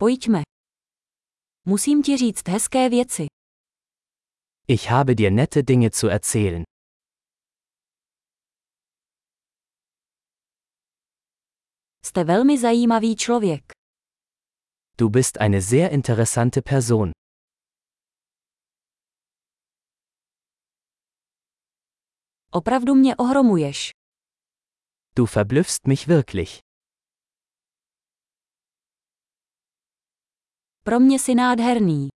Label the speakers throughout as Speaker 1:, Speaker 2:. Speaker 1: Pojďme. Musím ti říct hezké věci.
Speaker 2: Ich habe dir nette Dinge zu erzählen.
Speaker 1: Jste velmi zajímavý člověk.
Speaker 2: Du bist eine sehr interessante Person.
Speaker 1: Opravdu mě ohromuješ.
Speaker 2: Du verblüffst mich wirklich.
Speaker 1: Pro mě jsi nádherný.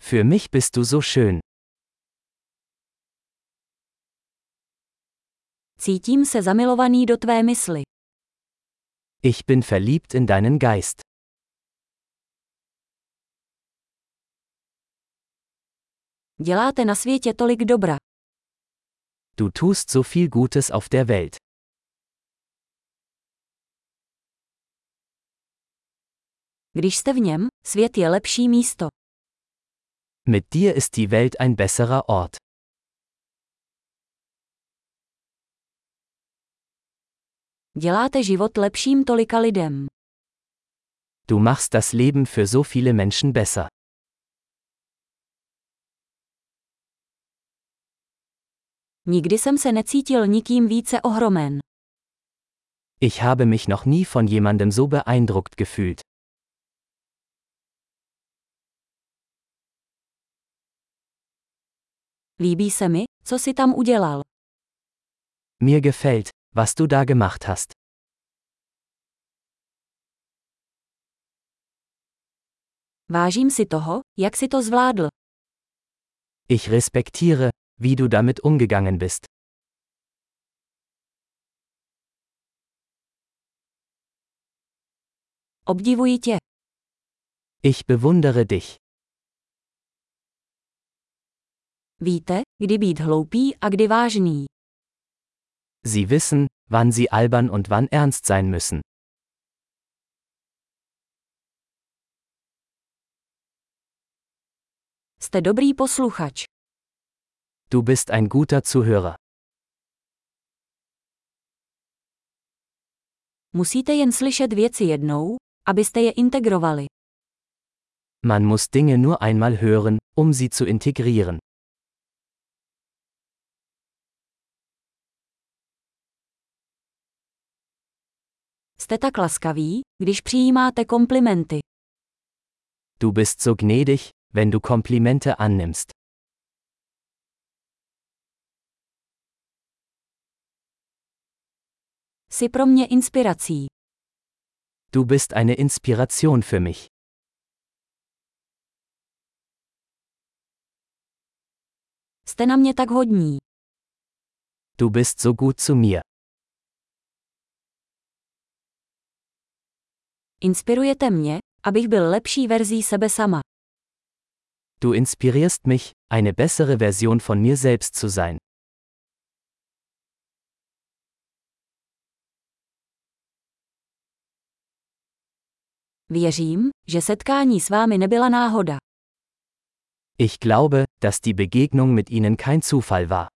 Speaker 2: Für mich bist du so schön.
Speaker 1: Cítím se zamilovaný do tvé mysli.
Speaker 2: Ich bin verliebt in deinen Geist.
Speaker 1: Děláte na světě tolik dobra.
Speaker 2: Du tust so viel Gutes auf der Welt.
Speaker 1: Když jste v něm, svět je lepší místo.
Speaker 2: Mit dir ist die Welt ein besserer Ort.
Speaker 1: Děláte život lepším tolika lidem.
Speaker 2: Du machst das Leben für so viele Menschen besser.
Speaker 1: Nikdy jsem se necítil nikým více ohromen.
Speaker 2: Ich habe mich noch nie von jemandem so beeindruckt gefühlt.
Speaker 1: Líbí se mi, co si tam udělal.
Speaker 2: Mir gefällt, was du da gemacht hast.
Speaker 1: Vážím si toho, jak si to zvládl.
Speaker 2: Ich respektiere, wie du damit umgegangen bist.
Speaker 1: Obdivuji tě.
Speaker 2: Ich bewundere dich.
Speaker 1: Víte, kdy být hloupý a kdy vážný.
Speaker 2: Sie wissen, wann sie albern und wann ernst sein müssen.
Speaker 1: Jste dobrý posluchač.
Speaker 2: Du bist ein guter Zuhörer.
Speaker 1: Musíte jen slyšet věci jednou, abyste je integrovali.
Speaker 2: Man muss Dinge nur einmal hören, um sie zu integrieren.
Speaker 1: Jste tak laskaví, když přijímáte komplimenty.
Speaker 2: Du bist so gnädig, wenn du Komplimente annimmst.
Speaker 1: Jsi pro mě inspirací.
Speaker 2: Du bist eine Inspiration für mich.
Speaker 1: Jste na mě tak hodní.
Speaker 2: Du bist so gut zu mir.
Speaker 1: Inspirujete mě, abych byl lepší verzí sebe sama.
Speaker 2: Du inspirierst mich, eine bessere Version von mir selbst zu sein.
Speaker 1: Věřím, že setkání s vámi nebyla náhoda.
Speaker 2: Ich glaube, dass die Begegnung mit ihnen kein Zufall war.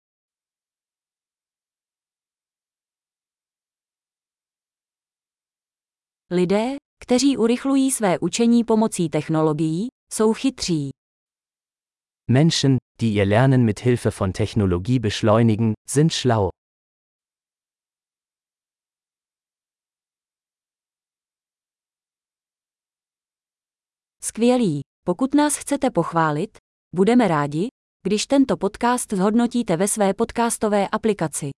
Speaker 1: Lidé, kteří urychlují své učení pomocí technologií, jsou chytří.
Speaker 2: Menschen, die ihr Lernen mit Hilfe von Technologie beschleunigen, sind schlau.
Speaker 1: Skvělí. Pokud nás chcete pochválit, budeme rádi, když tento podcast zhodnotíte ve své podcastové aplikaci.